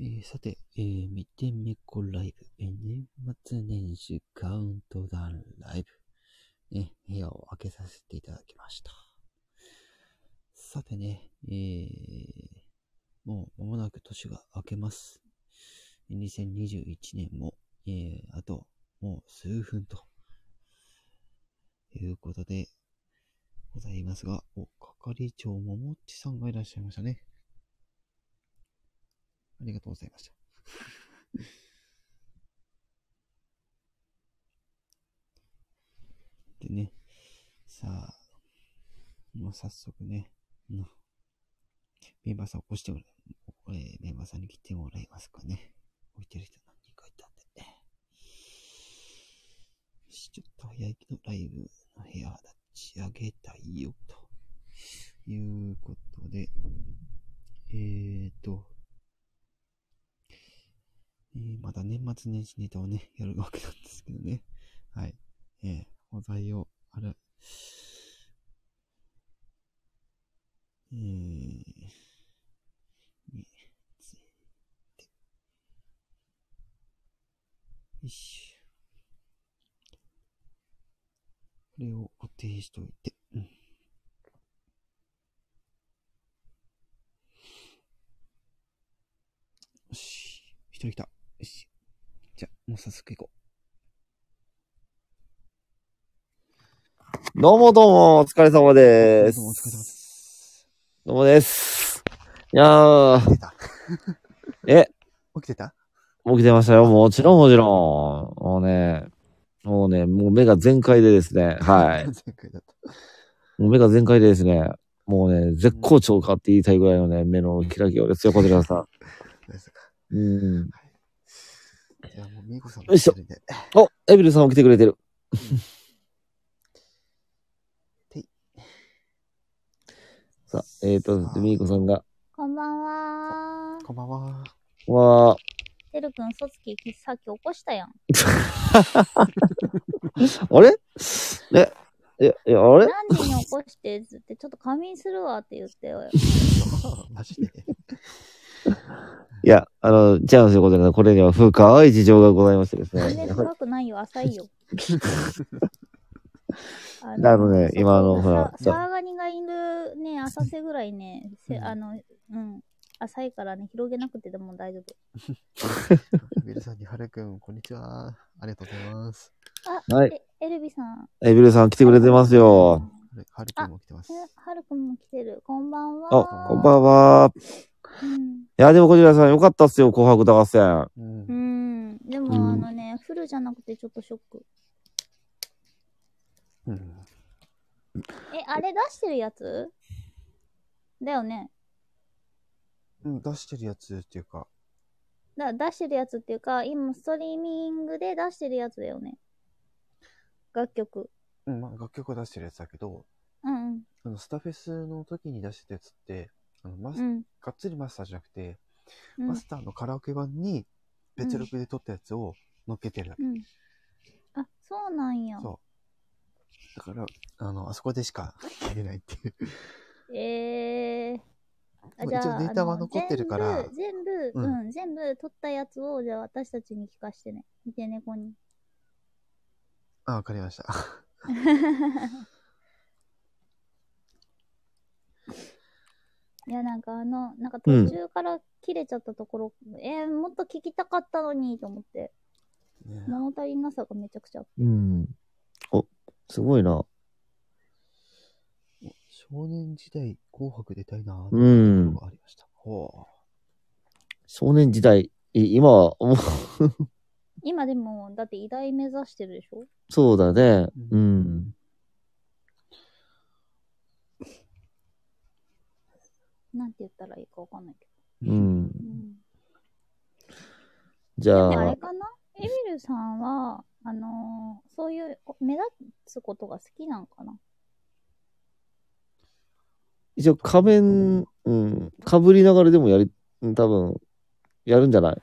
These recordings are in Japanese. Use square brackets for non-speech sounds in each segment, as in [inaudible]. えーさて、えー、見てめこライブ、えー年末年始カウントダウンライブ、ね、部屋を開けさせていただきました。さてね、えー、もう間もなく年が明けます。2021年も、えー、あと、もう数分と、いうことで、ございますが、お、係長ももっちさんがいらっしゃいましたね。ありがとうございました。 [laughs] でね、さあ、もう早速ね、うんメンバーさん起こしてもらえーメンバーさんに来てもらえますかね。置いてる人何人かいたんで。よしちょっと早いけど、ライブの部屋は立ち上げたいよ、ということで、えーと、えーまた年末年始ネタをね、 [laughs] やるわけなんですけどね。はい。えーお題を、あれ、えー、について。よし。これを固定しておいて。うんよし。一人来た。よし。じゃあ、もう早速行こどうもどうも、お疲れ様でーす。。どうもお疲れ様ですどうもです。いやーう。、出たえ、起きてた起きてましたよ。もちろんもちろん。もうね、もうね、もう目が全開でですね。はい。前回だった。もう目が全開でですね。もうね、絶好調かって言いたいぐらいのね、目のキラキラですよ、小寺さ大丈夫か。ん。うん。はい。じゃあもう、みーこさんよいしょ来てるんで。お、エビルさんも来てくれてる。さあ、えっ、ー、と、ミーコさんが、こんばんはー。こんばんは。わてるくん、そつき、さっき起こしたやん。ー、あれえ、え、え、あれ何時に起こしてっつって、ちょっと仮眠するわって言ってよ。マジで。いや、あの、違うんですよ、小寺さん。これには深い事情がございましてです全然ね。やはり深くないよ、浅 [laughs] いよ。あなるほどね今のほらさサーガニがいるね、浅瀬ぐらいね、せあの、うん、浅いからね、広げなくてでも大丈夫。ビルさんにはるくん、こんにちは。ありがとうございます。あ、はいえエルビさん。エビルさん来てくれてますよ。はるはるくんも来てますえ。、はるくんも来てる。こんばんは。あ、こんばんは。いうんや、でも小寺さんよかったっすよ、紅白歌合戦。う。うんん。でも、うんあのね、フルじゃなくてちょっとショック。うん。え、あれ出してるやつだよね。うん、出してるやつっていうか、だ出してるやつっていうか、今、ストリーミングで出してるやつだよね。楽曲。うん、まあ、楽曲を出してるやつだけど、うんうん。あの、スタフェスの時に出してたやつって、あの、マス、うん。がっつりマスターじゃなくて、うんマスターのカラオケ版に別録で撮ったやつを乗っけてるだけ。うん。あ、そうなんや。そう。だから、あの、あそこでしか聞けないっていう。 [laughs] えー。あ一応データはあの残ってるから全部、全部、ううんん、全部撮ったやつを、じゃあ私たちに聞かしてね。見て猫に。あ、わかりました。 [laughs] いや、なんかあの、なんか途中から切れちゃったところ、えー、もっと聞きたかったのにと思って。ね物足りなさがめちゃくちゃあっうん。お、すごいな。少年時代紅白出たいなぁうんところがありました。ほ少年時代、い今は、もう、 [laughs] た今でも、だって偉大目指してるでしょそうだね。うん。なんて言ったらいいかわかんないけう。うん。ど。うん、じでゃもああれ、かなエミルさんは、あのーそういう目立つことが好きなんかな一応仮面、うん、被りながらでもやり、うん多分、やるんじゃない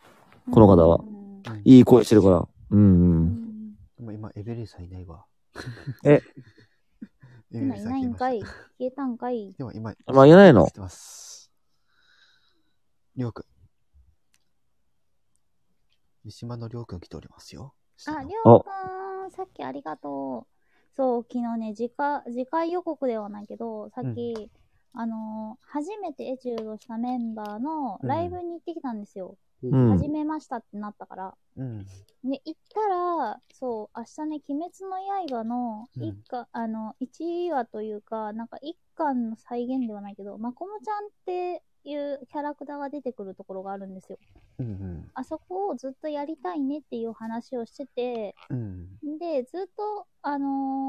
この方はうんうんいい声してるから。うんううん。んでも今、エベレーさんいないわ。え [laughs] エベレ今ーいさな消いえんましたかい消えたんかいでも今、あいないの知ってます。りょうくん。三島のりょうくん来ておりますよ。あ、りょょうくん、さっきありがとう。そう、昨日ね、次回、次回予告ではないけど、さっき、あのー、初めてエチュードしたメンバーのライブに行ってきたんですよ。ううん始めましたってなったから。うん。で、行ったら、そう、明日ね、鬼滅の刃のうん一巻、あの、一話というか、なんか一巻の再現ではないけど、まこもちゃんっていうキャラクターが出てくるところがあるんですよ。うん。あそこをずっとやりたいねっていう話をしてて、うん。で、ずっと、あのー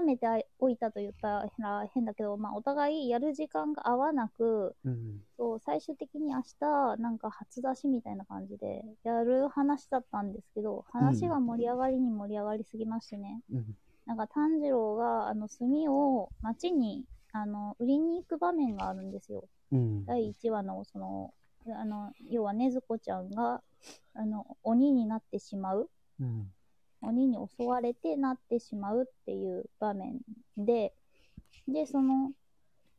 温めておいたと言ったら変だけど、まあ、お互いやる時間が合わなく、うん。そう最終的に明日、なんか初出しみたいな感じで、やる話だったんですけど、話が盛り上がりに盛り上がりすぎましてね、うん。なんか炭治郎が、あの、炭を町に、あの、売りに行く場面があるんですよ。うん。第1話の、その、あの、要はねずこちゃんが、あの、鬼になってしまう。うん。鬼に襲われてなってしまうっていう場面で、で、その、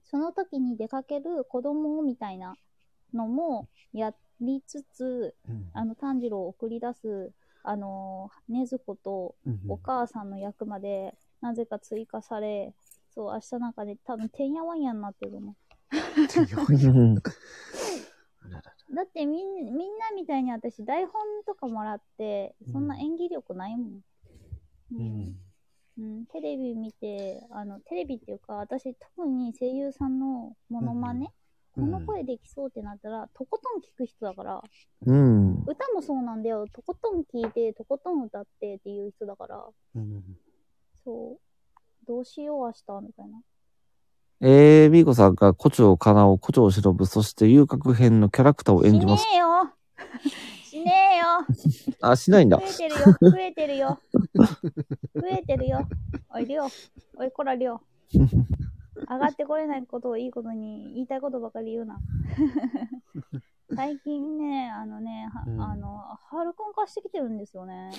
その時に出かける子供みたいなのもやりつつ、うん。あの、炭治郎を送り出す、あの、禰豆子とうんお母さんの役まで、なぜか追加され、そう、明日なんかね、多分、てんやわんやになってると思う強ういよんあらららだってみんみんなみたいに私台本とかもらってそんな演技力ないもん、ううんん。うんテレビ見てあのテレビっていうか私特に声優さんのモノマネ、うんうんこの声できそうってなったらとことん聞く人だからうん。歌もそうなんだよとことん聞いてとことん歌ってっていう人だからうん。そうどうしよう明日みたいなえー、ミーコさんが胡蝶かなお、胡蝶しのぶ、そして遊郭編のキャラクターを演じしねます。えよ [laughs] しねえよあ、しないんだ増。えてるよ、増えてるよ。増えてるよ。おい、りょう。おい、こら、りょう。上がってこれないことをいいことに、言いたいことばかり言うな。最近ね、あのね、はうんあの、ハルコン化してきてるんですよね。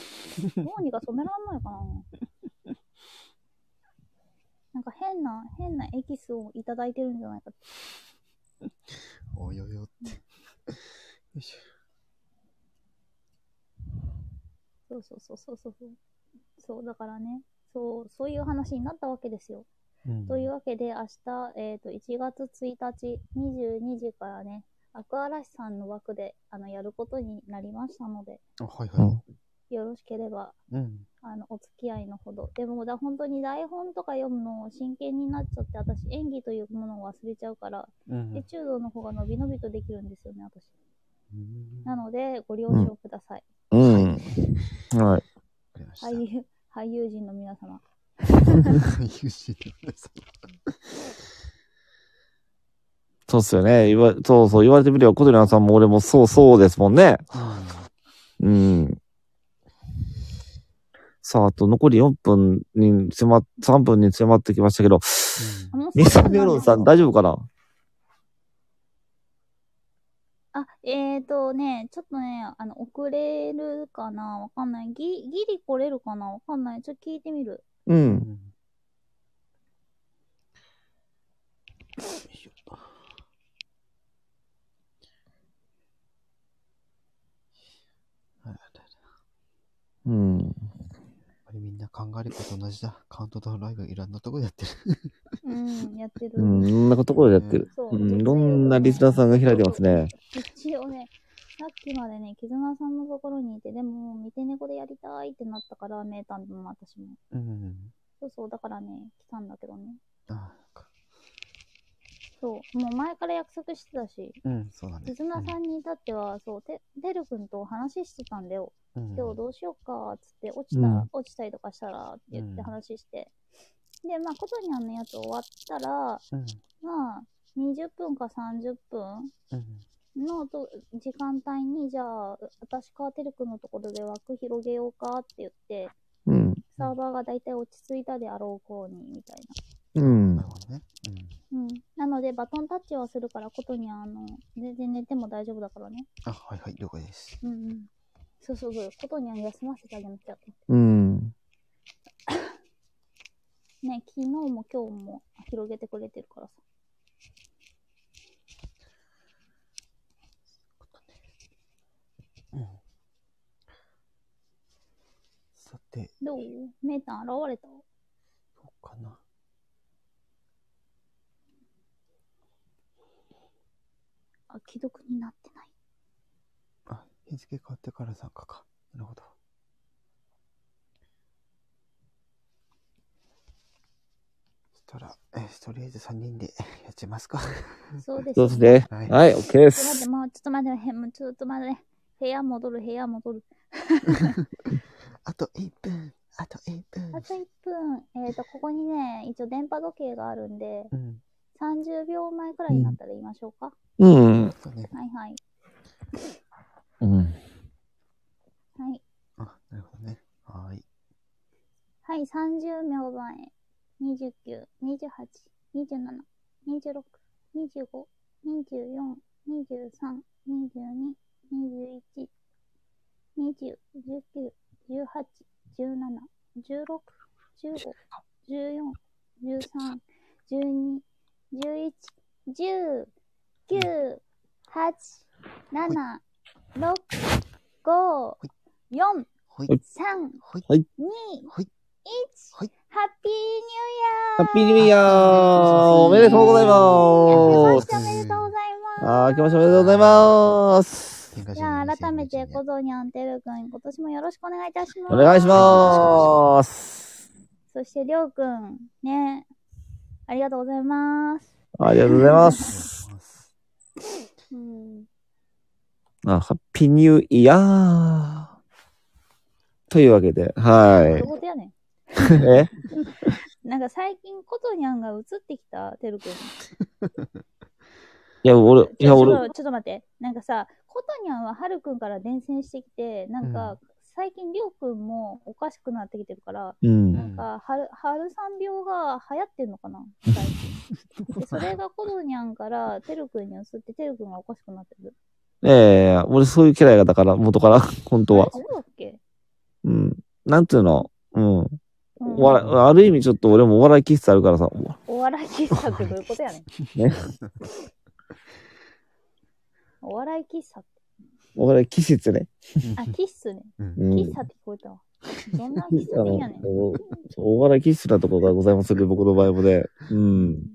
どうにか染めらんないかな。なんか変な、変なエキスをいただいてるんじゃないか。およよって。よいしそうそうそうそうそう。そう、だからね、そう、そういう話になったわけですよ。ょ。うんというわけで、明日、えっ、と、1月1日22時からね、アクアラシさんの枠で、あの、やることになりましたので、あ、はいはうい。ん。よろしければ、うん。あの、お付き合いのほど。でも、だ本当に台本とか読むのを真剣になっちゃって、私、演技というものを忘れちゃうから、うんエチュードの方が伸び伸びとできるんですよね、私。うんなので、ご了承ください。うん。はい。わかりました。俳優、俳優陣の皆様。優秀な皆さんそうっすよね。言わ、そうそう、言われてみれば、小鳥さんも俺もそうそうですもんね。うん。さあ、あと残り4分に迫っ、3分に迫ってきましたけど、うあんのミサメロンさん大丈夫かなあ、えーとね、ちょっとね、あの、遅れるかなわかんない。ぎ、ギリ来れるかなわかんない。ちょっと聞いてみる。う。うんんよいしょあらららうん。やっぱりみんな考えること同じだ。カウントダウンライブいろんなとこでやってる。うん、やってる。うん、いろんなところでやってる。そうう。ん、いろんなリスナーさんが開いてますね。一応ね、さっきまでね、絆さんのところにいて、でも、見て猫でやりたいってなったから、名探偵も私も。うん。そうそう、だからね、来たんだけどね。ああ、そう、もう前から約束してたし、うん、そうだね。絆さんに至っては、そう、て、てるくんと話してたんだよ。うん、うん今日どうしようかっつって落ちた、うん落ちたりとかしたらって言っうてん話して、でまあ琴にゃんのやつ終わったらまうんあ20分か30分うんのと時間帯にじゃあ私かてるくんのところで枠広げようかって言ってうん。サーバーが大体落ち着いたであろう方にみたいな。うんなる。ほどね。うん。うん、なのでバトンタッチはするからことにゃんあの全然寝ても大丈夫だからねあ、はいはい、了解です。うんうんそうそうそうことにゃん休ませてあげなきゃうん。ね昨日も今日も広げてくれてるからさうんって、どうメータン現れたどうかな。あ、既読になってない。あ、日付変わってから参加か。なるほど。そしたら、えーとりあえず3人で [laughs] やっちゃいますか。 [laughs] そうです、そうです。ね。はいはい、OK でちょっと待って、す。もうちょっと待って、へもうちょっと待って。部屋戻る、部屋戻る。あと1分。あと1分あ。と1分。えっ、と、ここにね、一応電波時計があるんで、うん。 30秒前くらいになったら言いましょうか。うん。そうね。はいはい。うん。はい。あ、なるほどね。はーい。はい、30秒前。29、28、27、26、25、24、23、22、21、20、19、18、17、16、15、14、13、12、11、10、9、8、7、6、5、4、ほい。 3、ほい。はい2、ほい。 1、はいハッピーニハュッーイピーヤーニューイヤーおめでとうござい明けまましすておめでとうございますあー、明けましておめでとうございます天下じ人ゃあ2022改めて小僧にアンテル君今年もよろしくお願いいたしますお願いしますそしてりょうくんねありがとうございますありがとうございまお願いす。しますうんあ、ハッピーニューイヤーというわけで、はどことやねい。えんなんか最近ことにゃんが映ってきたてるくんいや、俺、いや、ちょっ俺、とちょっと待ってなんかさことにゃんははるくんから伝染してきてなんか、うん最近りょうくんもおかしくなってきてるからうん。なんか、はる、はるさん病が流行ってんのかな最近。で、それがコドニャンから、てるくんに移って、てるくんがおかしくなってる。ええ俺そういうキャラだから、元から、本当あはれ。そうだっけうん。なんていうのうん。うんお笑い、ある意味ちょっと俺もお笑い気質あるからさ。お笑い喫茶ってどういうことやねん。 [laughs] ね、お笑い喫茶って。お笑い気質ね。あ、喫茶ね。うん。うん。喫茶って聞こえたわ。どんな喫茶店やねんあの。おお笑い気質なところがございますね、僕の場合もね。うん。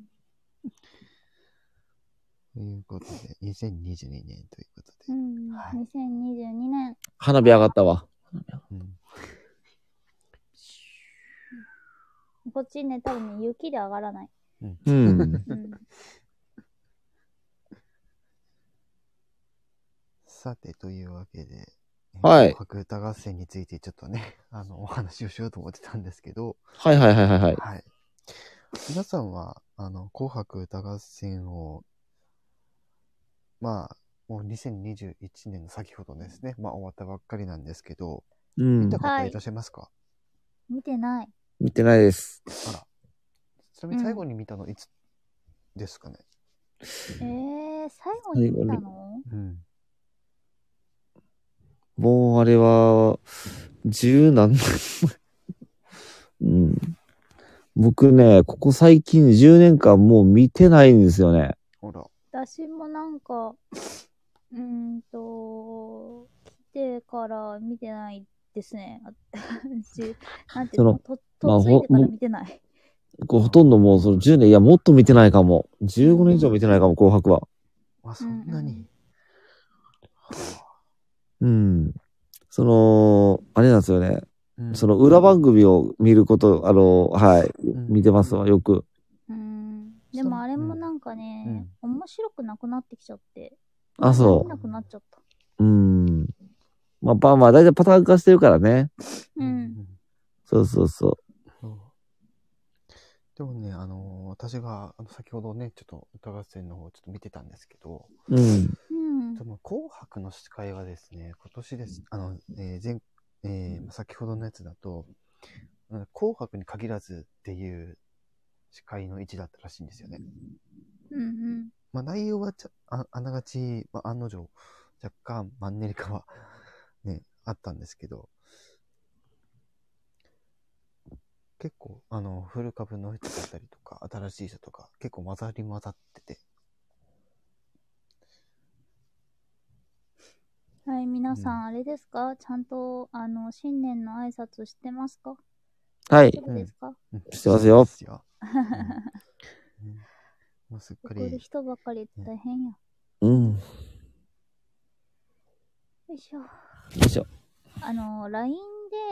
ということで、2022年ということうで。ん。はい2022年。花火上がったわ。うん。こっちね、多分ね、雪で上がらない。 [laughs] うん。うん。さて、というわけで、はい白歌合戦についてちょっとね、 [laughs] あの、お話をしようと思ってたんですけど、はいはいはいはいはい。はい。皆さんは、あの、紅白歌合戦を、まあ、もう2021年の先ほどですね、まあ終わったばっかりなんですけど、うん見た。方いらっしゃいますか、見てない。見てないです。あら。ちなみに最後に見たのいつですかね。えー、最後に見たのうん。もうあれは、十何年前。うん。僕ね、ここ最近10年間もう見てないんですよね。ほら。私もなんか、うーんと、来てから見てないですね。あ私なんていうの、とまあとっついてから見てない。こうほとんどもうその10年、いや、もっと見てないかも。15年以上見てないかも、紅白は。あ、そんなうんうにん。うん。その、あれなんですよね。うんその裏番組を見ること、あの、はい、ん見てますわ、よく。うーん。そうでもあれもなんかね、面白くなくなってきちゃって。あ、見そなくなっちゃった。う。うん。まあ、まあ、まあ、だいたいパターン化してるからね。う。うんんそうそうそそうでもね、あのー私があの先ほどね、ちょっと歌合戦の方をちょっと見てたんですけど、う。うん。うん。でも紅白の司会はですね、今年です。あの、えー前、えーまあ先ほどのやつだと、うん紅白に限らずっていう司会の位置だったらしいんですよね。うんうん。まあ内容はちゃああながち、まあ、案の定、若干マンネリ化は [laughs] ね、あったんですけど、結構、あの、古株の人だったりとか、新しい人とか、結構混ざり混ざってて、はい、皆さん、あれですかちゃんと、あの、新年の挨拶してますかはい大。丈夫ですか、してますよして [laughs] うんうんもうすっか送るり、人ばかりって大変や。ようん。よいしょ。いしょ。あの、LINE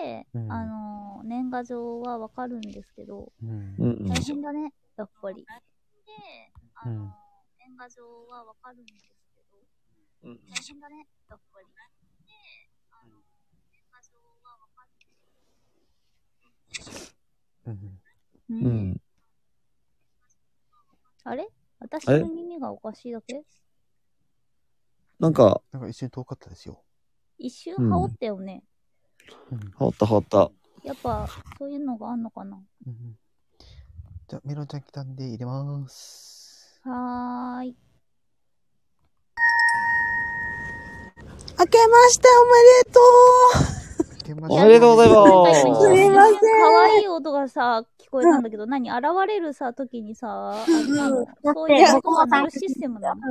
で、うんあの、年賀状はわかるんですけど、うんうんうん大。変だね、やっぱり。で、あうんの、年賀状はわかるんですけど、うん大変だね、やっぱり。で、あの、年賀状はわかるんですうんけうど、ん。あれ私あれの耳がおかしいだけなんか、なんか一瞬遠かったですよ。一瞬うん羽織ったよね。うん羽織った羽織った。やっぱ、そういうのがあんのかなうんじゃあ、メロンちゃん来たんで入れます。はーい。明けましておめでとうおめでとうございますすいません可愛い音がさ、聞こえたんだけど、何現れるさ、時にさ、あのそういう音が鳴るシステムなの。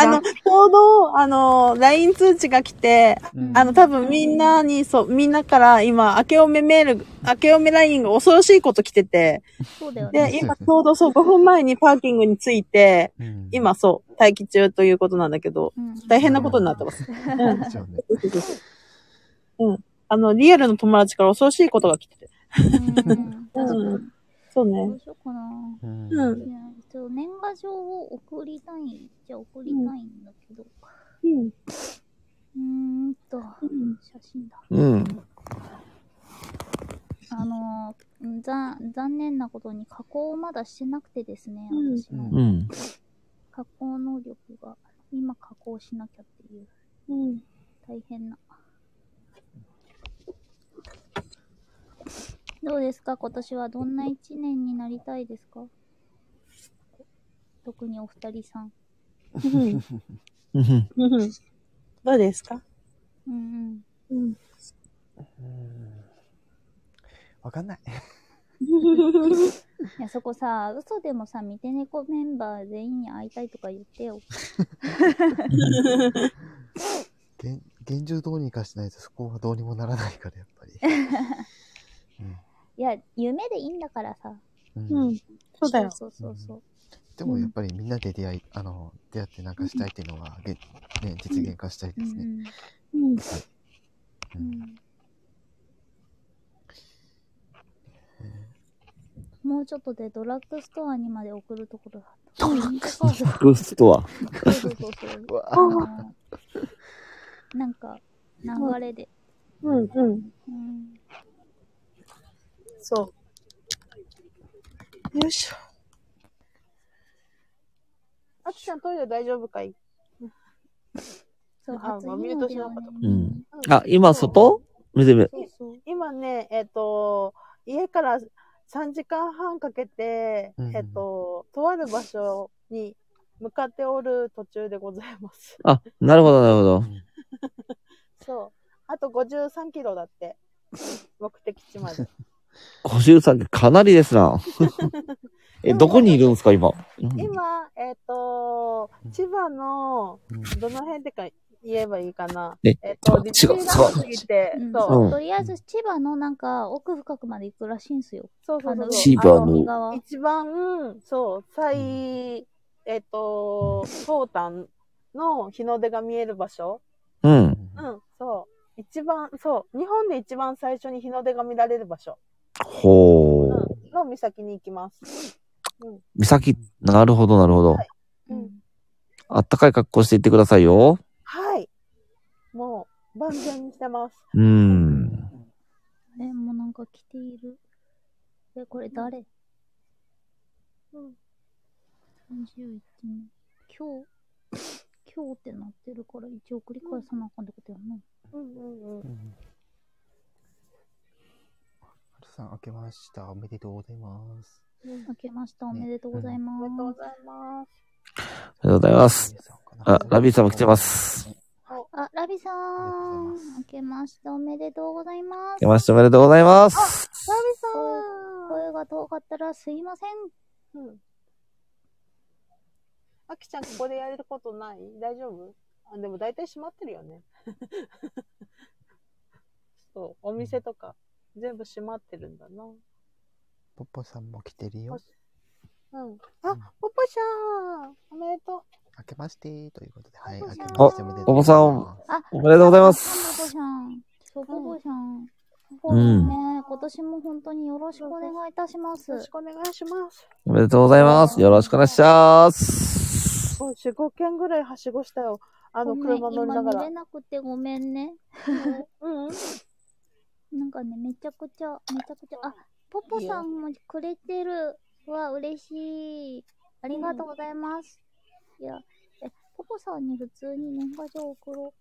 あの、ちょうど、あの、LINE 通知が来て、うんあの、多分みんなに、そう、みんなから今、明けおめメール、明けおめ LINE が恐ろしいこと来てて、そうだよね。で、今ちょうどそう、5分前にパーキングに着いて、うん今そう、待機中ということなんだけど、うん、大変なことになってます。ですよねあの、リアルの友達から恐ろしいことが来てて。うんう確かにん。そうどね。うしようかな。うんういんやちょっと年賀状を送りたい。じゃあ送りたいんだけど。うん。うーんと、写真だ。うん。あのー、ざ残念なことに加工をまだしてなくてですね、うん私のうん。加工能力が、今加工しなきゃっていう、うん。大変な。どうですか今年はどんな一年になりたいですか特にお二人さん。うんうん。うんどうですかうんうん。うん。うんわかんない。いや、そこさ、嘘でもさ、三手猫メンバー全員に会いたいとか言ってよ。現現状どうにかしないとそこはどうにもならないから、やっぱり。いや、夢でいいんだからさ。うんうん。そうだよ。そうそうそう。でもやっぱりみんなで出会い、あの、出会ってなんかしたいっていうのは、げね、実現化したいでうすんね。うん。うん。ううんんもうちょっとでドラッグストアにまで送るところだった。ドラッグストアそうグッスとは。そうそううわあのなんか、流れで。うん。うん。うん、そう。よいしょ。あきちゃんトイレ大丈夫かいそう、あ初まあミ日ュのート出しなかったはうねん。あ、今外見てみる。そうそう。今ね、えっ、と、家から3時間半かけて、うんえっ、と、とある場所に向かっておる途中でございます。 [laughs] あ、なるほど、なるほど。そう。あと53キロだって。目的地まで。 [laughs] 53かなりです [laughs] な。え、どこにいるんですか、今。うん今、えっ、と、千葉の、うんどの辺ってか言えばいいかな。えっ、と、ディ千ズ葉ニーランド過ぎてう、んそう。うんとりあえず千葉のなんか奥深くまで行くらしいんすよ。そうそうあそのう。千葉のあ海側一番、そう、最、えっと、東端の日の出が見える場所。うん。うん、そう。一番、そう、日本で一番最初に日の出が見られる場所、ほうう。ん、の岬に行きます。岬、なるほど、なるほど。うんあったかい格好していってくださいよ。はい。もう、万全にしてます。うん。え、もうなんか着ている。え、これ誰うん。 ?31 日。 [laughs] 今日、今日ってなってるから一応繰り返さなあかんってことやな。うんうんうん。うんハルさん、明けました。おめでとうございます。明けました。おめでとうございまおめでとうごす。ざいます。ありがとうございます。ラビさんかなあ、ラビーさんも来てます。あ、ラビさありがとうごんざいます。明けましておめでとうございます。来ましておめでとうございます。ラビさ声が遠かったらすいません。ん。うん。あきちゃん、ここでやれることない大丈夫あでも大体閉まってるよ [laughs] ね。そう、お店とか全部閉まってるんだな。ポッポさんも来てるよあ。うん。あ、ポポちゃんおめでとう。明けましてということで、はい、明おばけさんましておめでとうございます。おめでとうございます。す。そう、ぼぼさん。うそうですんね。今年も本当によろしくお願いいたしますよ。ろしくお願いします。おめでとうございます。よろしくお願いし [laughs] ます。そう、4、5件ぐらいはしごしたよ。あの、ごめん車乗りな今がら見れ。なくてごめんね。うんうん。なんかね、めちゃくちゃ、めちゃくちゃ、あ、ポポさんもくれてる。わ、嬉しい。ありがとうございます。いや、え、ポポさんに普通に年賀状送ろ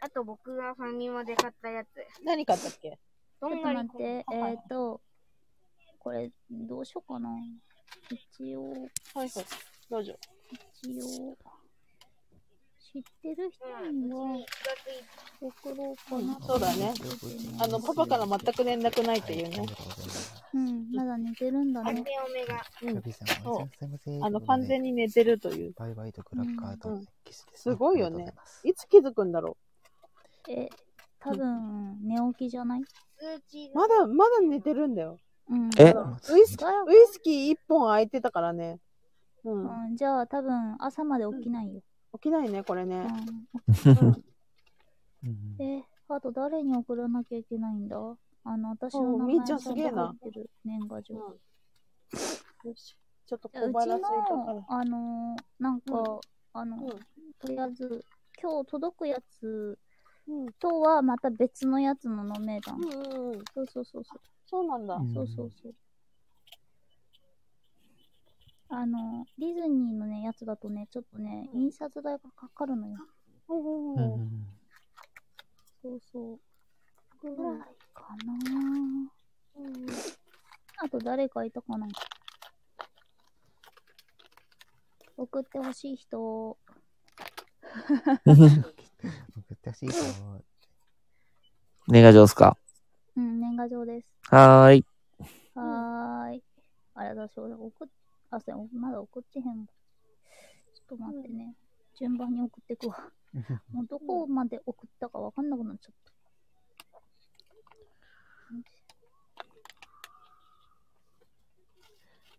あと僕がファミマで買ったやつ。何買ったっけどう。ちょんっとがり待って、えはいはいーと、これ、どうしようかな。一応、はいはい。どうぞ。一応、知ってる人には送ろうかな。そうだね。あの、パパから全く連絡ないっていうありがね。とうございます。うん、まだ寝てるんだね明。けおめが。うんルビーさん、おやすみなさいあの、完全に寝てるという。バイバイとクラッカーとキスです、うんすごいよねありがとうござます。いつ気づくんだろえ、多分、寝起きじゃない通知うまがだ、まだ寝てるんだよ。うん。えあのウイスキー、ウイスキー一本空いてたからね。うん。うん、じゃあ多分朝まで起きないよ。起きないね、これうね。ん、うんえ、あと誰に送らなきゃいけないんだあの、私のお名みー前ちゃんすげえな入ってる年賀状。うんよし。ちょっとう小ち腹空いたの、あのー、なんか、うんあの、うんとりあえず、今日届くやつうんとはまた別のやつの飲めだ。ん、から。うんうんうん。そうそうそうそう。そうなんだ。そうそうそう。あの、ディズニーのね、やつだとね、ちょっとね、うん印刷代がかかるのよ。うんうんううんんそうそう。ぐらいかなぁ。あと誰かいたかな送ってほしい人。送ってほしいと思う年賀状っすかうん、年賀状です。はーい。はーい。あれだ、そうだ、送っ、あ、そうやまだ送ってへんわちょっと待ってね。順番に送ってくわ。もうどこまで送ったかわかんなくなっちゃった。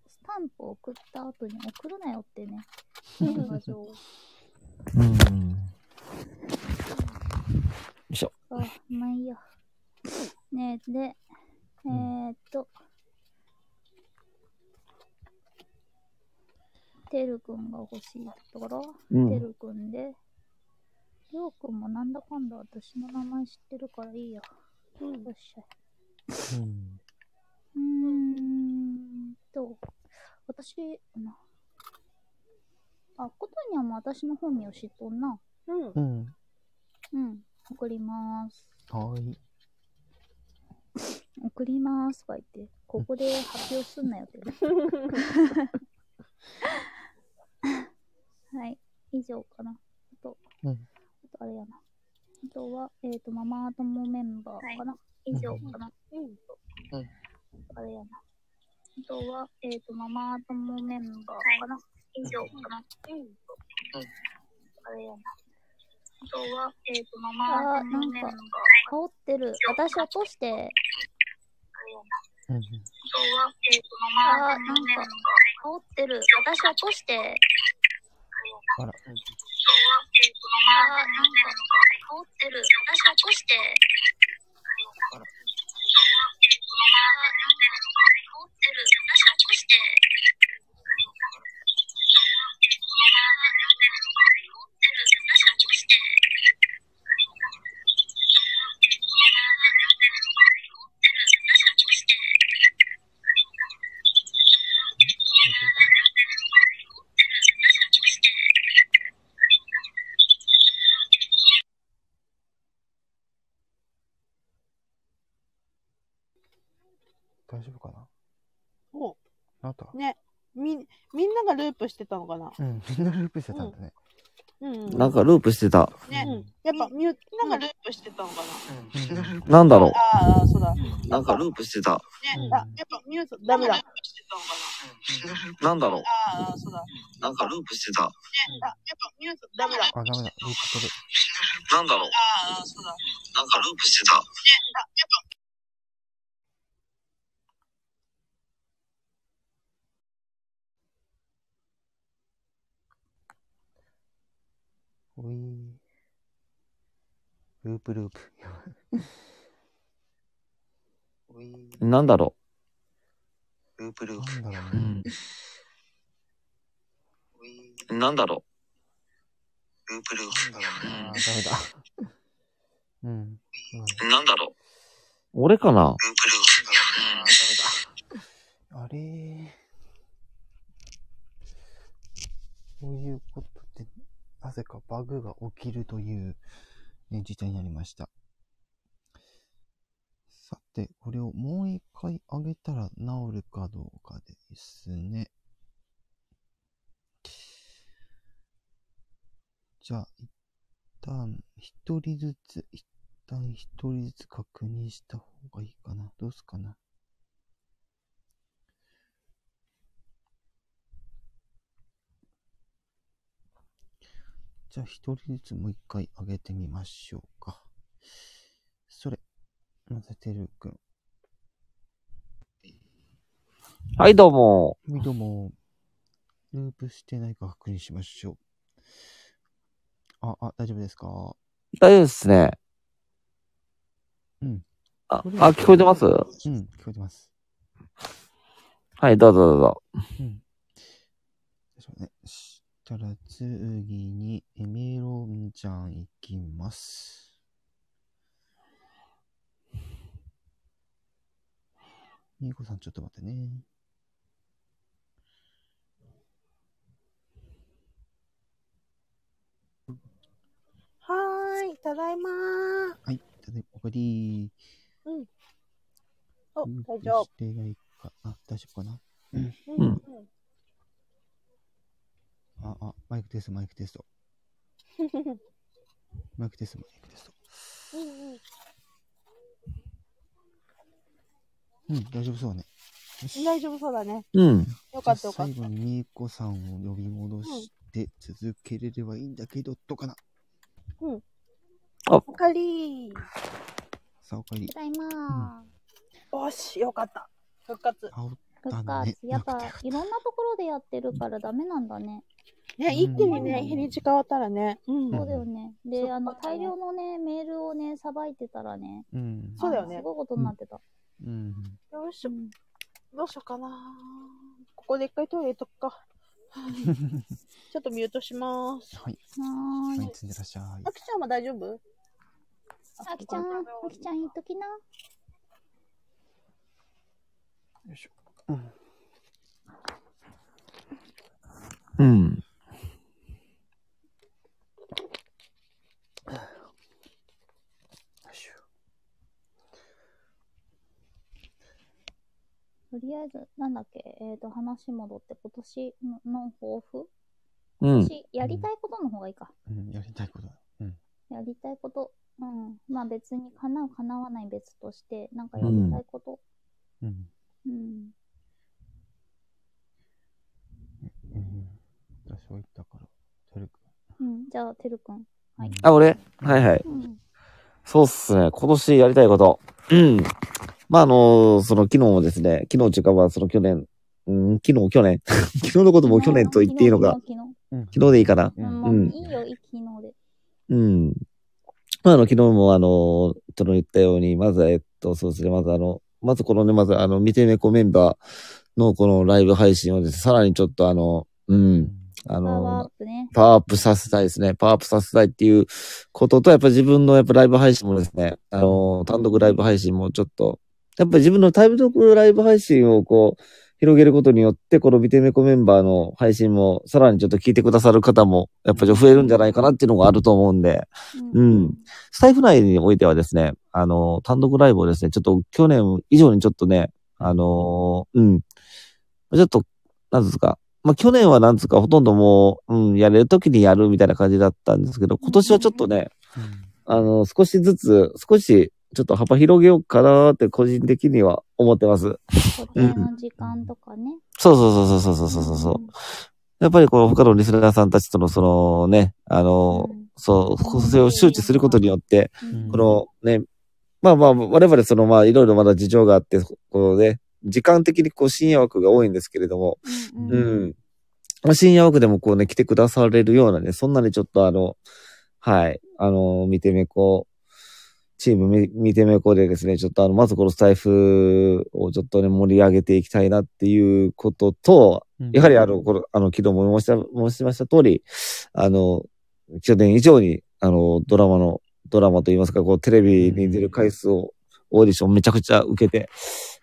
スタンプ送った後に送るなよってね。年賀状うん。あ、まあいいや。ねえ、で、えー、っと、てるくんが欲しいところ、うんてるくんで、りょうくんもなんだかんだ私の名前知ってるからいいや。よっしゃ。うんうーんと、私、なあ、ことにはも私の本名知っとんな。うん。うんうん、送りまーす。はい送りますとか言って、ここで発表すんなよ [laughs] って。はい、以上かな。あと、うんあとあれやな。あとは、えっ、と、ママ友メンバーかな。以上かな。うんあれやな。あとは、えっ、と、ママ友メンバーかな。以上かな。あれやな。あとは、えっ、と、ママ友メンバー。香ってる。私落として。うんあー、なんか、香ってる。私落として。あらあー、なんか、香ってる。私落として。あー、なんか、香ってる。私落として。大丈夫かなおあなたね。み、みんながループしてたのかなうんみんなループしてたんだねうん、うん。なんかループしてた。ね、うんやっぱミュー、みんながループしてたのかな、なんだろああ、そうだ。ね、う。なんかループしてた。あ、やっぱミュート、ダメだ。なんだろう。ああ、そうだ。ね、なんかループしてた。あ、やっぱミューダメだ。あ、ダメだ。ループしてる。なんだろう。なんかループしてた。ういーループループ。やばいういーなんだろループルーなんだろう。うね。なんだろプ。ループルーあー、ダメだ。うん。今ねプ。なんだろう。う。俺かなループループ。あー、ダメだ。あれー。そういうことで、なぜかバグが起きるという、ね、事態になりました。さて、これをもう一回上げたら治るかどうかですね。じゃあ、一旦、一人ずつ、一旦一人ずつ確認した方がいいかな。どうすかな。じゃあ、一人ずつもう一回上げてみましょうか。それ、まずてるくん。はい、どうも。みども、ループしてないか確認しましょう。あ、あ、大丈夫ですか大丈夫ですね。うん。あ、あ、聞こえてますはうん、聞こえてます。い、どうぞどうぞ。うん。ですよね。したら次に、エメロンちゃんいきます。みーこさん、ちょっと待ってね。はーい、ただいまー。はい、ただいま、おかえり。お、ループ大丈夫。してないか。あ、大丈夫かなうんん、あ、あ、マイクテスト、マイクテスト。マイクテスト、マイクテスト。うん、うん。うん、大丈夫そうね。よし大丈夫そうだね。うん。よかったよかっじゃあ最後にみーこさんを呼び戻して続けれればいいんだけど、どうかな。た。おかえりー。さあ、おかえりた。だいまー。よし、よかった。復活。あお、復だね活。やっなくてよぱかっ、たいろんなところでやってるからダメなんだね。うんね、一気にね、うん日にち変わったらね。うん。んそうだよね。そっで、かあの、大量のね、メールをね、さばいてたらね、うん。そうだよねあのすごいことになってた。うん。よいしょ。どうしようかなー。ここで一回トイレ行っとく [laughs] か。ちょっとミュートしまーす。はい。はーはいい、。積んでらっしゃい。あきちゃんは大丈夫あきちゃん、あきちゃん言っときな。よいしょ。うん。うん。とりあえず、なんだっけ、えっ、と、話戻って、今年のの抱負うん。し、やりたいことの方がいいか。うん、やりたいことだ。うん。やりたいこと。うん。まあ別に叶う叶わない別として、なんかやりたいこと。うん。うん。うん。私は言ったから、てるくうん。じゃあ、てるくん。はい。あ、俺はいはい。うん。そうっすね。今年やりたいこと。うん。まあ、あのーその昨日もですね、昨日時間はその去年、うん、昨日、去年。 [laughs] 昨日のことも去年と言っていいのか昨、日。昨うん。昨日でいいかな。日ううんん、うもんういいよ、い昨日で。うん。まあ、あの、昨日もあのー、との言ったように、まずは、えっと、そうですね、まずあの、まずこのね、まずあの、見てめこメンバーのこのライブ配信をですね、さらにちょっとあの、う、うんん。あパワーアのーッ、プね。パワーアップさせたいですね。パワーアップさせたいっていうことと、やっぱ自分のやっぱライブ配信もですね、あのー、単独ライブ配信もちょっと、やっぱ自分の単独ライブ配信をこう、広げることによって、この見てめこメンバーの配信も、さらにちょっと聞いてくださる方も、やっぱり増えるんじゃないかなっていうのがあると思うんで、うん。スタイフ内においてはですね、あの、単独ライブをですね、ちょっと去年以上にちょっとね、あのーうん。ちょっと、なんですか。まあ、去年はなんですか、ほとんどもう、うん、やれるときにやるみたいな感じだったんですけど、今年はちょっとね、あの、少しずつ、少し、ちょっと幅広げようかなーって個人的には思ってます。固定の時間とかね。そうそうそうそうそうそうそうそう。やっぱりこの他のリスナーさんたちとのそのね、あの、そう、こそれを周知することによって、うんこのね、まあまあ、我々そのまあいろいろまだ事情があって、こうね、時間的にこう深夜枠が多いんですけれども、うんううんん。まあ深夜枠でもこうね、来てくだされるようなね、そんなにちょっとあの、はい、あの、見てめこ、チームみ見てめこでですね、ちょっとあの、まずこのスタイフをちょっとね、盛り上げていきたいなっていうことと、やはりあの、この、あの、昨日も申した、申しました通り、あの、去年以上に、あの、ドラマの、ドラマといいますか、こう、テレビに出る回数を、オーディションめちゃくちゃ受けて、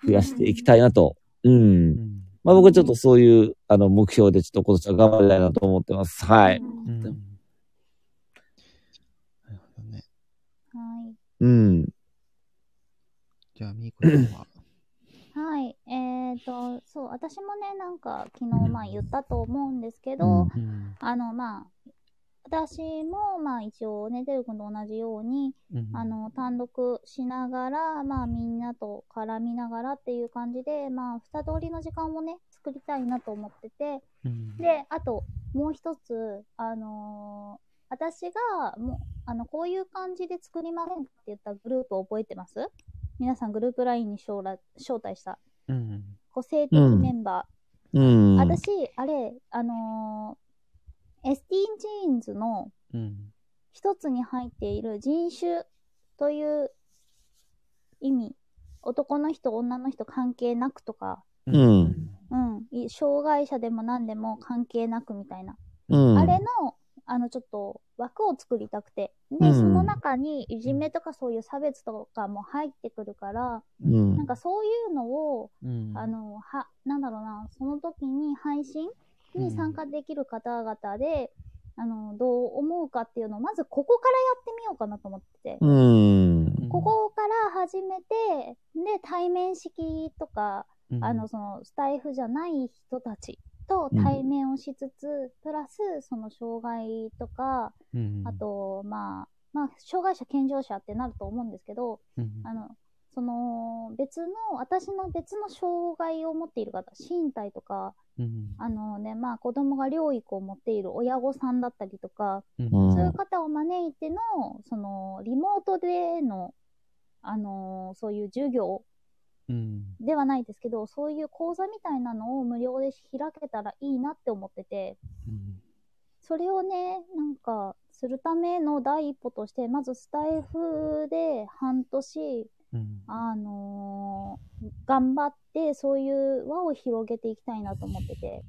増やしていきたいなと。うんうんまあ僕はちょっとそういう、あの、目標でちょっと今年は頑張りたいなと思ってます。はい。うん。なるほどね。はい。うん。じゃあ、みーこちゃんは。はい。えっ、と、そう、私もね、なんか、昨日、まあ、言ったと思うんですけど、うんあの、まあ、私も、まあ、一応ね、てるくんと同じように、あ、の、単独しながら、まあ、みんなと絡みながらっていう感じで、まあ、二通りの時間をね、作りたいなと思ってて、うんで、あと、もう一つ、あのー私が、もう、あの、こういう感じで作りませんって言ったグループ覚えてます皆さんグループ LINE に招来招待した、うん。個性的うんメンバうん。ー。私、あれ、あのー、エスティンジーンズのうん。一つに入っている人種という意味、男の人、女の人関係なくとか、うん。うん、い障害者でも何でも関係なくみたいな。うん。あれの、あの、ちょっと枠を作りたくて。で、うんその中にいじめとかそういう差別とかも入ってくるから、うんなんかそういうのを、うん。あの、は、なんだろうな、その時に配信に参加できる方々で、あの、どう思うかっていうのを、まずここからやってみようかなと思ってて。うん。うん、ここから始めて、で、対面式とか、うん、あの、その、スタイフじゃない人たちと対面をしつつ、プラス、その、障害とか、うん、あと、まあ、まあ、障害者、健常者ってなると思うんですけど、うん、あの、その、別の、私の別の障害を持っている方、身体とか、うん、あのね、まあ、子供が療育を持っている親御さんだったりとか、うん、そういう方を招いての、その、リモートでの、あのそういう授業うん、ではないですけど、そういう講座みたいなのを無料で開けたらいいなって思ってて、それをね、なんか、するための第一歩として、まずスタイフで半年、うん、あのー頑張って、そういう輪を広げていきたいなと思ってて。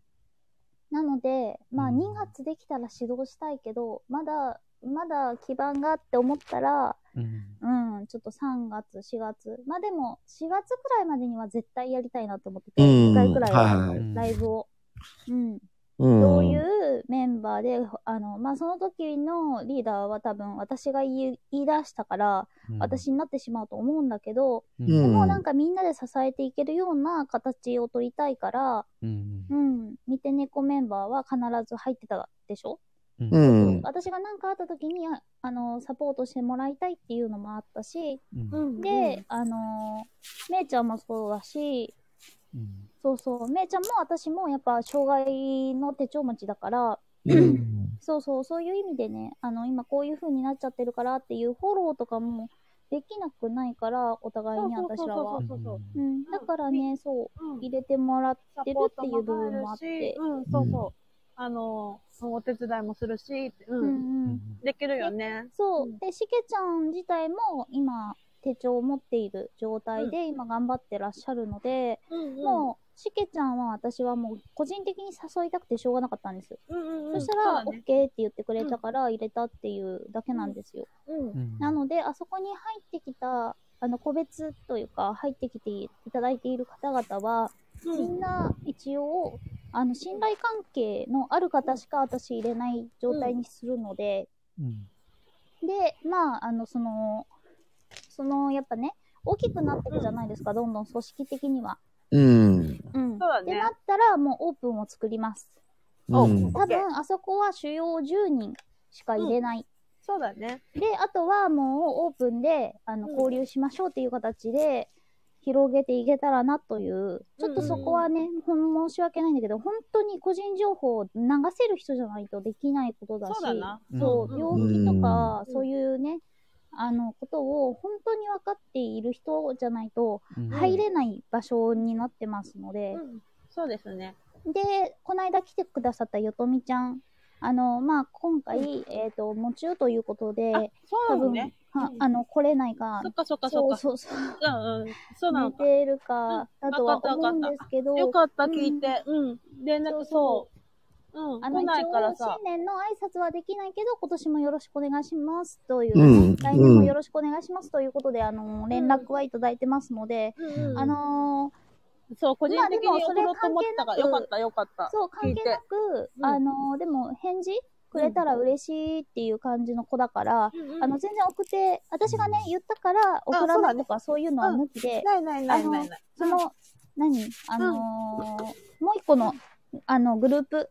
なので、まあ、うん2月できたら指導したいけど、まだ、まだ基盤があって思ったら、うん、うん、ちょっと3月、4月。まあでも、4月くらいまでには絶対やりたいなと思ってて、うん1回くらいははいはいはいライブを。うん。うん。どういうメンバーで、あの、まあその時のリーダーは多分私が言い言い出したから、私になってしまうと思うんだけど、うん、もうなんかみんなで支えていけるような形を取りたいから、うん、うん、見て猫メンバーは必ず入ってたでしょううん、ん。私が何かあった時に、ああの、サポートしてもらいたいっていうのもあったし、うんで、あのーめいちゃんもそうだし、うん、そうそう、めいちゃんも私もやっぱ障害の手帳持ちだから、そうそう、そういう意味でね、あの、今こういう風になっちゃってるからっていうフォローとかもできなくないから、お互いに私らは。そうそうううん、ん、だからね、そう、うん入れてもらってるっていう部分もあっサポーてト。も入るしうん、そうそう。あの、お手伝いもするし、ううんん、うん。できるよね。そうう。んで、しげちゃん自体も今、手帳を持っている状態で、今頑張ってらっしゃるので、うん、もう、しけちゃんは私はもう個人的に誘いたくてしょうがなかったんですよ。うん、うん、うん。そしたそうらだ、 OK ねって言ってくれたから入れたっていうだけなんですよ。うん、なので、あそこに入ってきた、あの、個別というか、入ってきていただいている方々は、うみん、んな一応、あの、信頼関係のある方しか私入れない状態にするので、うん、で、まあ、あの、その、その、やっぱね、大きくなっていくじゃないですか、どんどん組織的には。うん。うん。そうだってねな。ったら、もうオープンを作ります。うん。多分、あそこは主要10人しか入れない。そうだね。で、あとはもうオープンで、あの、うん交流しましょうっていう形で、広げていけたらなという、ちょっとそこはね、ほん申し訳ないんだけど、本当に個人情報を流せる人じゃないとできないことだし、そうだなそううん病気とか、そういうね、あのことを本当に分かっている人じゃないと入れない場所になってますので、うんそうですね。で、この間来てくださったよとみちゃん、あの、まあ、今回、えっ、と、夢中ということで、あ、そう多なの分、ね。はう、んあの、来れないかそっ、かそっかそっそうか。そうそう、うんうん。そうなの寝か。てるか、うだんとは思うんですけど、よかった、聞いて。うん。連絡そう。うん。あの、来一ないから応、さ新。年の挨拶はできないけど、今年もよろしくお願いしますという、うん来年もよろしくお願いしますということで、あの、連絡はいただいてますので、うんうんあのそう、個人的にまあでもそ送れろうと思ってたから、関係よなかくった、よかった。そう、聞関いて係なく、うんあのでも、返事くれたら嬉しいっていう感じの子だから、あの、全然送って、私がね、言ったから送らないとか、そういうのは抜きで、ないないないないない。その、何あのーもう一個の、あの、グループ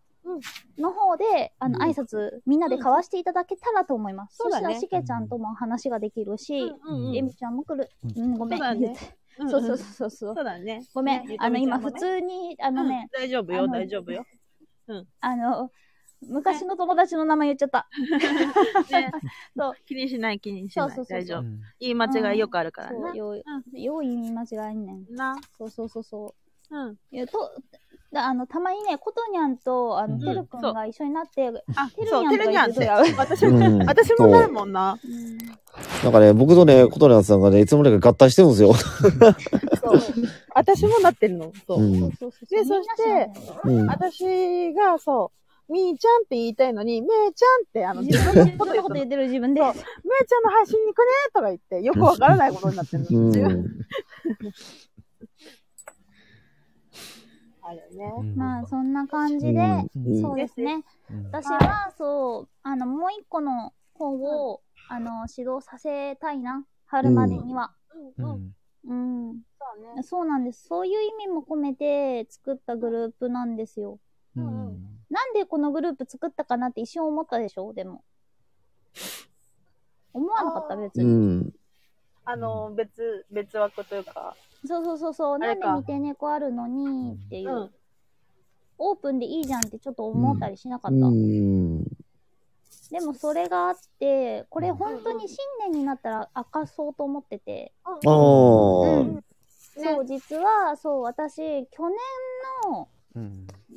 の方で、あの、挨拶、みんなで交わしていただけたらと思います。うそしんたそうだら、ねしげちゃんとも話ができるし、うんうんえみちゃんも来る。うん、ごめん。そうだね言ってんそうそうそうそう。そうだね。ごめんね。あの、今、普。ゆと通に、ありちゃのんもねね、うん大丈夫よ、あの大丈夫よ。あの、昔の友達の名前言っちゃった。ね [laughs] そう。気にしない、気にしなそうそうい。そう大丈夫う。ん言い間違いよくあるからそう、ね。よう、よう意味間違えんねん。な。そうそうそうそう。うん。いやとだあのたまにね、ことにゃんとあうの、んてるくんが一緒になって、あ、てそう、テるレにニゃャんンっってて。言うとやばい私 [laughs] も、うん私もないもんな。なんかね、僕とね、琴音さんがね、いつもなんか合体してるんですよ。そう。私もなってるの。そうう。ん。そうそうそう。でみんな知らないのうん。私が、そう、みーちゃんって言いたいのに、めーちゃんって、あの、自自分分のでこ自分のこ [laughs] とと言うと、言ってる自分で。そうめーちゃんの配信に行くねーとか言って、よくわからないことになってるうの。自分ん。あるようね。んまあ、そんな感じで、うんそうですね。うん私は、そう、あの、もう一個の方を、あの、指導させたいな。春までには。ううんん。うん。そうね。そうなんです。そういう意味も込めて作ったグループなんですよ。うんなんでこのグループ作ったかなって一瞬思ったでしょでも。思わなかった別うに。ん。あの、別、別枠というか。そうそうそうそう。あなれんかで見て猫あるのにっていう、うんオープンでいいじゃんってちょっと思ったりしなかった。うん。でもそれがあって、これ本当に新年になったら明かそうと思ってて。ああ。そう、実は、そう、私、去年の、うんいつ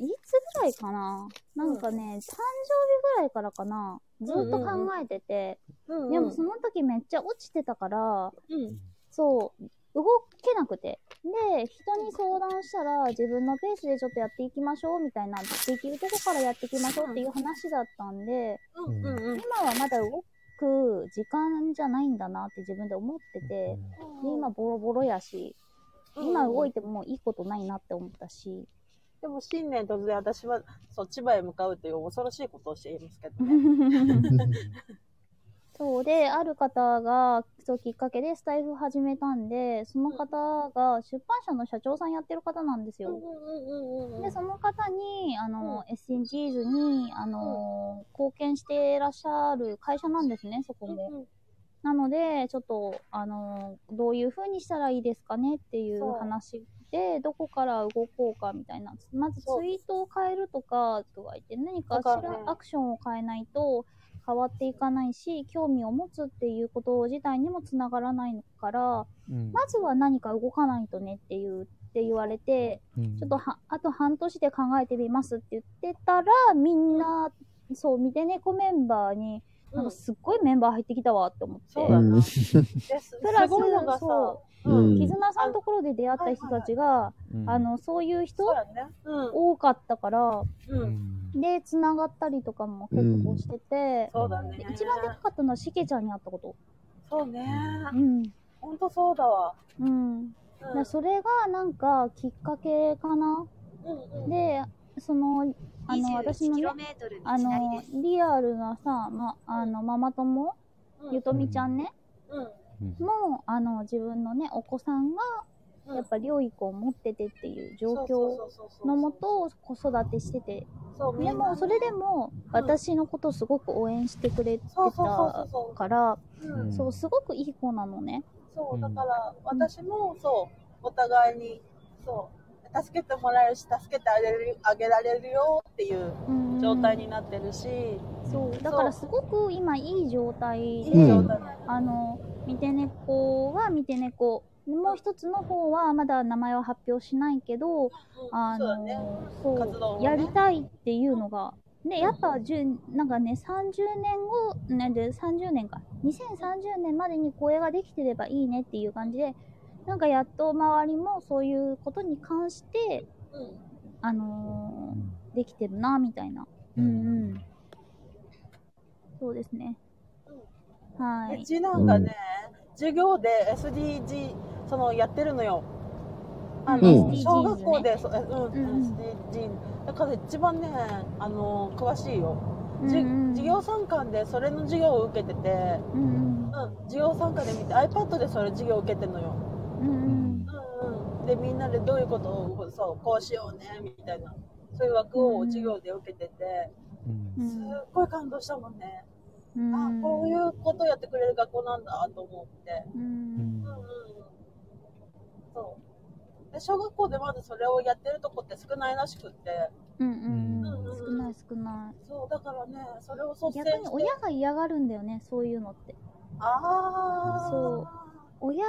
ぐらいかななんかね、誕生日ぐらいからかなずっと考えてて、うんでもその時めっちゃ落ちてたから、うん。そう、動けなくて。で、人に相談したら、自分のペースでちょっとやっていきましょうみたいな、できるとこからやっていきましょうっていう話だったんで、うんうんうん。今はまだ動く時間じゃないんだなって自分で思ってて、で今ボロボロやし、今動いてももういいことないなって思ったし、でも新年突然私は、そう、千葉へ向かうという恐ろしいことをしていますけどね。うそうで、ある方が、そうきっかけでスタイフ始めたんで、その方が出版社の社長さんやってる方なんですよ。で、その方に、あの、SDGs に、あの、貢献していらっしゃる会社なんですね、そこも。なので、ちょっと、あの、どういう風にしたらいいですかねっていうそう話で、どこから動こうかみたいな。まずツそうイートを変えるとか、とか言って、何かしだからねらアクションを変えないと変わっていかないし、興味を持つっていうこと自体にもつながらないから、んまずは何か動かないとねっていう、って言われて、ちょっとは、あと半年で考えてみますって言ってたら、みんな、そう、見て猫メンバーに、なんかすっごいメンバー入ってきたわって思って。そうだな。うんで、すプラスすごいのがさ、そううん絆さんのところで出会った人たちが、うんあの、そういう人そうだね。うん。多かったから、う。うんんで、繋がったりとかも結構してて、そうだねで。一番でかかったのはしけちゃんに会ったこと。そうね。うん。ほんとそうだわ。うん。だかうらんそれがなんかきっかけかな。うんうんで、その、あの、私のね、あの、リアルなさ、ま、あの、ママ友、うんゆとみちゃんね、うんも、あの、自分のね、お子さんが、うんやっぱり療育を持っててっていう状況況のも、と、子育てしてて、そうでも、それでも、私のことすごく応援してくれてそうそうたそうそうから、うんんそう、すごくいい子なのね。そうだから私もそうお互いにそう助けてもらえるし助けてあげるあげられるよっていううん状態になってるし、そうだからすごく今いい状態で、いい状態あの見て猫は見て猫もう一つの方はまだ名前は発表しないけどあそうだのねそう活動もねやりたいっていうのがでやっぱじゅんなんかね30年後ねで30年か2030年までにこれができてればいいねっていう感じでなんかやっと周りもそういうことに関してうんあのーできてるなみたいなうんうんそうですねはういちなんかね、授業で SDG そのやってるのよあの、うん小学校で、そううんうん SDG だから一番ねあの詳しいよ、じうんうん授業参観でそれの授業を受けてて、うんうん、授業参加で見て iPad でそれ授業受けてんのよ、うんうんうんうん、でみんなでどういうことをそうこうしようねみたいなそういう枠を授業で受けてて、うすっんごい感動したもんね、うんあこういうことやってくれる学校なんだと思って、うんうんうん、そうで小学校でまだそれをやってるとこって少ないらしくってうんううんうんんうん少ない少ないそうだからねそれを率先逆にして親が嫌がるんだよねそういうのってああそう親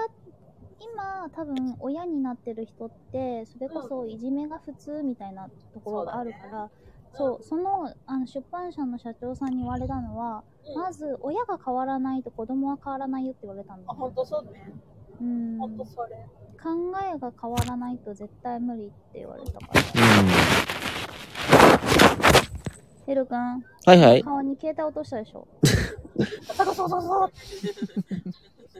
今多分親になってる人ってそれこそいじめが普通みたいなところがあるからそうだそうねそのあの出版社の社長さんに言われたのはうんまず親が変わらないと子供は変わらないよって言われたんだあよ本ね当そうねうん本当考それえが変わらないと絶対無理って言われたからてるくんはいはい。顔に携帯落としたでしょそうそうそうそう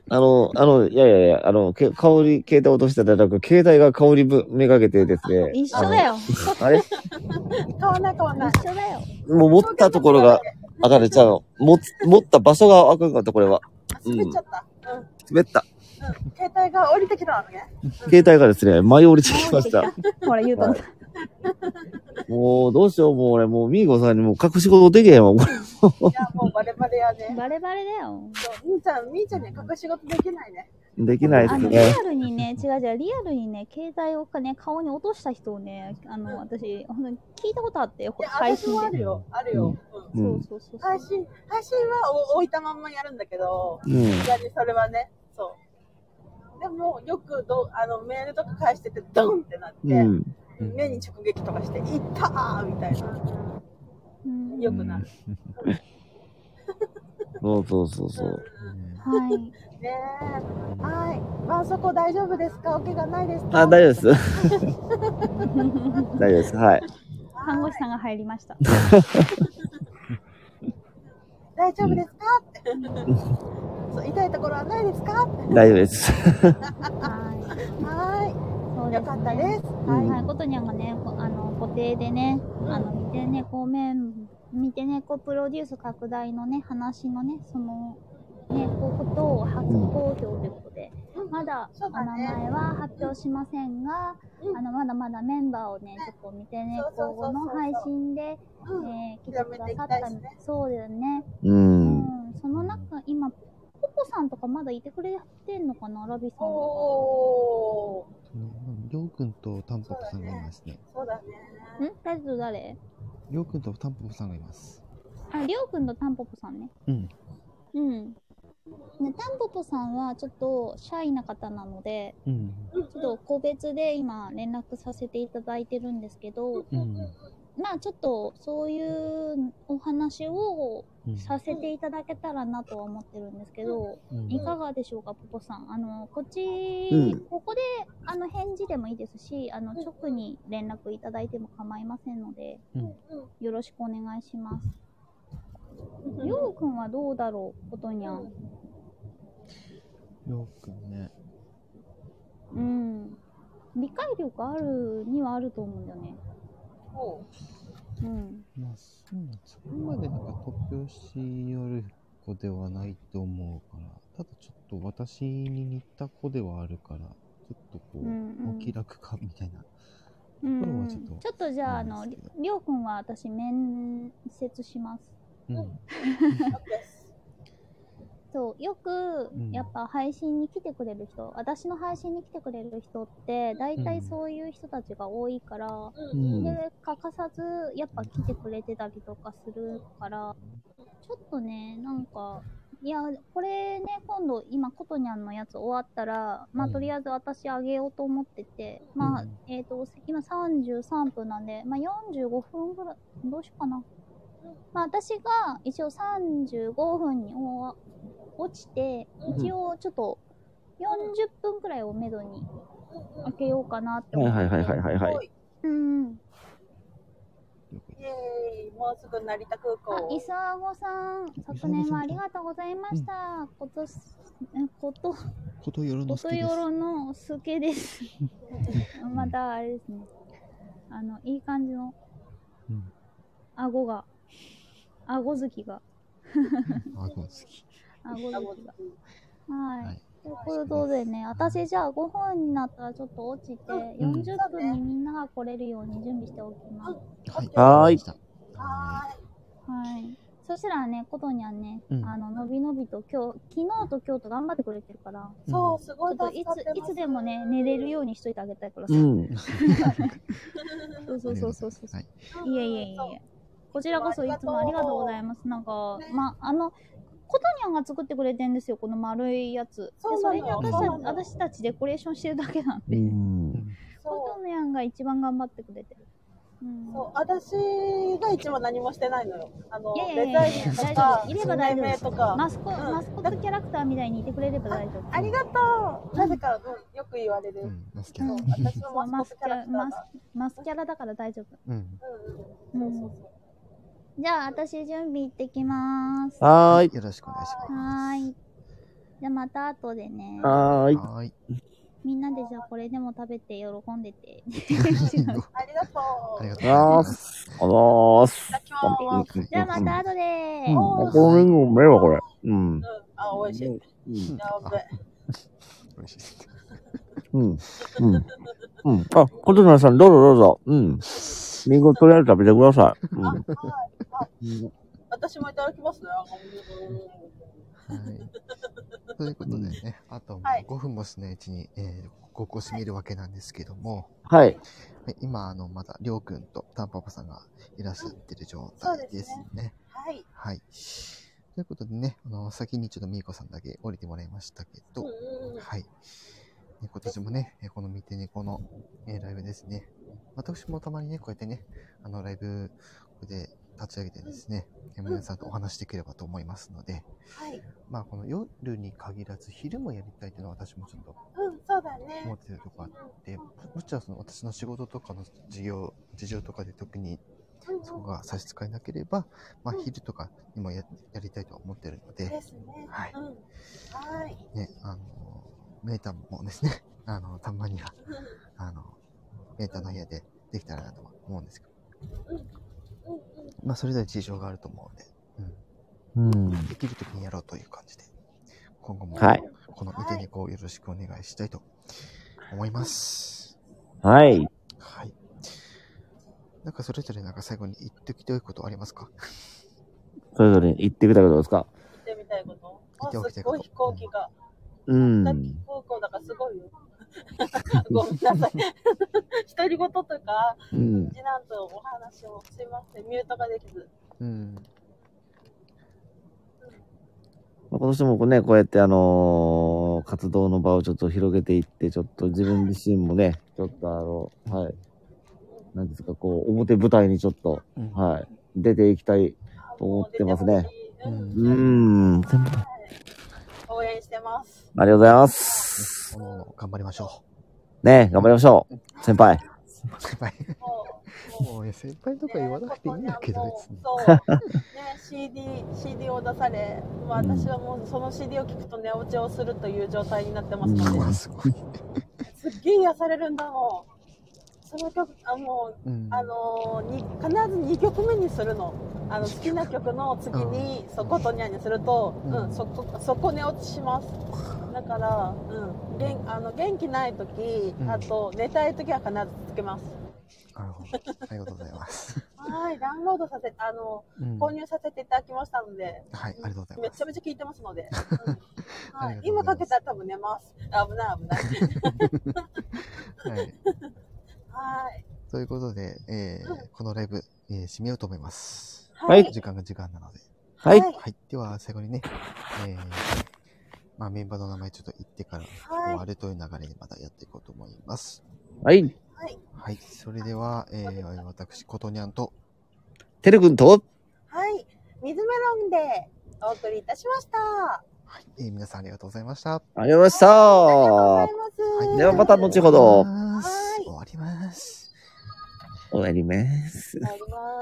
あの、あの、いやいやいや、あの、け香り、携帯落としたらなく、携帯が香りぶめがけてですね。一緒だよあれ買わない買わない一緒だよもう持ったところが赤でちゃうの。持つ、持った場所が赤かった、これは。あ滑っちゃった、うん滑った。うん、携帯が降りてきたのね。携帯がですね、舞い降りてきま [laughs] した。ほら言うとんだもう、どうしよう、もう俺、もう、ミーゴさんにもう隠し事できへんわ、これ。いや、もうバレバレやね。バレバレだよそうみーちゃん、みーちゃんには隠し事できないね。できないであすのリねア。ルにね、違う違う、リアルにね、携帯をかね、顔に落とした人をね、あうんの、私、ほんとに聞いたことあって、いや、配私信もあで。るよ。あるよ。うんう。そうんそうそうそう。配信、配信はお置いたまんまやるんだけど、うん。やにそれはね、そう。でも、よくどあのメールとか返してて、ドンってなって、うん。目に直撃とかして、いったーみたいな。うんよくなる。そうそうそうそう。はい。 [laughs] [laughs] ねえ。はい。ばんそこ大丈夫ですかお怪我ないですかあ、大丈夫です。大丈夫です。はい。看護師さんが入りま [laughs] した。大丈夫ですかって。そう痛いところはないですかって大丈夫です。はい。はそうーい。でよすかったでね。す。はいはい、ことにゃんがね、こあの、固定でね、あの、見て猫メン、見て猫プロデュース拡大のね、話のね、その、ね、こことを初公表ということで、まだそうおだ名ね前は発表しませんが、うんあのまだまだメンバーをね、ちょっと見てね、そうそう今そうそう後の配信で、うんえー来てくださっ広めていきたたいしねそうだよね。う。うんん、その中、今、ポポさんとかまだいてくれてんのかな、ラビさんとおー。りょうくんとタンポポさんがいますね。そうだね。か。ん誰と誰りょうくんとタンポポさんがいます。あ、りょうくんとタンポポさんね。うん。うん。ね、タンポポさんはちょっとシャイな方なので、うん。うんちょっと個別で今連絡させていただいてるんですけど、うん。まあちょっとそういうお話をうんさせていただけたらなとは思ってるんですけど、うんいかがでしょうか、ポポさん。あの、こっち、うんここで、あの、返事でもいいですし、あの、直に連絡いただいても構いませんので、うんよろしくお願いします。りょうくんはどうだろう、ことにゃん。りょうくんね。うん。理解力あるにはあると思うんだよね。おううん。まあ、そうなんです。そこまでなんか突拍子による子ではないと思うから、ただちょっと私に似た子ではあるから、ちょっとこう、うんうんお気楽かみたいな。うんこれうはんちょっとちょっとじゃあ、あの、りりょうくんは私、面接します。うん。ちそう、よくうん、やっぱ配信に来てくれる人、私の配信に来てくれる人って、大体そういう人たちが多いから、うん。で、欠かさず、やっぱ来てくれてたりとかするから、ちょっとね、なんか、いや、これね、今度、今、ことにゃんのやつ終わったら、まあ、うんとりあえず私あげようと思ってて、まあ、うんえっ、と、今33分なんで、まあ、45分ぐらい、どうしようかな。まあ、私が一応35分に終わ落ちて、うん一応ちょっと40分くらいをめどに開けようかなっては思いって。はいはいはいはいはい。うんうん。了解ですイェーイもうすぐ成田空あ、港磯ごさん、昨年はありがとうございました。ことす、えこと、ことよろのこすけとですよろのすけです。また、あれですね。あの、いい感じのうん、顎が、顎好きが、あご好き顎あ好もうきが。はい。はいということでね、私じゃあ5分になったらちょっと落ちて、ん40分にみんなが来れるように準備しておきます。はいはわーいかりましたははい。そしたらね、ことにはね、うんあの、のびのびと今日、昨日と今日と頑張ってくれてるから、そうすごちょいっとい助かつっていますつでもね、寝れるようにしといてあげたいからさ。うん。そうそうそうそうそう。はいい、えいえいえ。こちらこそいつもありがとうございます。なんか、まあ、あの、コトニャンが作ってくれてんですよ、この丸いやつ。で、そうそなのれに私たそうなの私たちデコレーションしてるだけなんうで。んい。そうコトニャンが一番頑張ってくれてる。うん。そう、私が一番何もしてないのよ。あの、いやいやデいザやイ大ンと丈か、夫。いれば大丈命名夫とか。マスコ、マスコットキャラクターみたいにいてくれれば大丈夫。ありがとう。なぜか、うん、よく言われる。うんナスケそう私のママススキャコットキャララ、クタマスーが。、マスキャラだから大丈夫。うんうんうんうんじゃあ、私準備行ってきます。ははーい。よろしくお願いしまーい。じゃあ、また後でね。はーすい。はーいみんなでじゃあ、これでも食べて喜んでて。ありがとう。ありがとうございあーますす。あのーす。いただきます。じゃあ、また後でうん。おマカロニもうめえわ、これ。うん。うん、あ、美味しい。うん。やべ。美味しいですうん。うん。うん。あ、小鳥さん、どうぞどうぞ。うん。リンゴとりあえず食べてください。うん。私もいただきますね。はい。ということでね、あともはいう5分もしないうちに、えー、ここ閉めるわけなんですけども、はい。はい、今、あの、まだ、りょうくんとたんぱぱさんがいらっしゃってる状うんそう態でですすねね。はい。はい。ということでね、あの、先にちょっとみーこさんだけ降りてもらいましたけど、はい。ね今年もね、えーこの見てね、この、えーライブですね。私もたまにね、こうやってね、あの、ライブ、これで立ち上げてですね、えー皆さんとお話しできればと思いますので、はい。まあ、この夜に限らず、昼もやりたいというのは私もちょっとうん、そうだ思ねっ。てるとこあって、ももちろんその私の仕事とかの事業、事情とかで特にそこが差し支えなければ、まあ、昼とかにもややりたいとは思ってるので、ですね。はいうん。はい。ね、あの、メーターもですね、 [laughs] あの、たまに [laughs] は、あの、メーターの部屋でできたらなとは思うんですけど、まあ、それぞれ事情があると思うので、うん。できるときにやろうという感じで、今後も、はいこの見てにこうよろしくお願いしたいと思います。はい。はい。なんかそれぞれなんか最後に言っておきたいことありますかそれぞれ言ってください、どうですか行ってみたいこと。行ってあみたすいこごとい飛行機が。うだん。空港だからすごいよ。 [laughs] ごめんなさい。 [laughs] 独り言とか、うん。次男とお話をすいません、ミュートができず。うん。まあ、今年もね、こうやってあのー活動の場をちょっと広げていって、ちょっと自分自身もね、ちょっとあの、はい。なんですか、こう、表舞台にちょっと、うんはい。出ていきたい。あ思ってますね。もう出てほしいうんうーん。あり応援してます。がとうございます。おのおの頑張りましょね頑張りましょう。先輩。う。 [laughs] 先輩。もう、ももうね、先輩とか言わなくていいんだけど、別 [laughs] に。そう。ね、CD、CD を出され、まあ私はもうその CD を聞くと寝落ちをするという状態になってますうのんで、わすごい。すっげえ癒されるんだもん。その曲、あ、もう、うん。あのーに必ず2曲目にするのあの好きな曲の次に「そことにゃん」にすると、ううんんそこそこ寝落ちしますだから、うん、元あの元気ない時うんあと寝たい時は必ずつけます、なるほど。ありがとうございます。はい、ダウンロードさせ、あの、うん購入させていただきましたので、はい、ありがとうございめまちすゃ。めちゃ聞いてますので。 [laughs] うんはありがとうございまいす、今かけたら多分寝ます。危ない危ない。はい。はい。ということで、えー、このライブ、えー、締めようと思います。はい時間が時間なので。はい。はい。では、最後にね、えー、まあ、メンバーの名前ちょっと言ってから、終わるという流れでまたやっていこうと思います。はい。はい。それでは、えー、私、ことにゃんと、てるくんと、はい。水メロンでお送りいたしました。あはい。えー、皆さんありがとうございました。ありがとうございました。りがとうございます。ではまた後ほど終わりますはい終わります。終わります。終わります。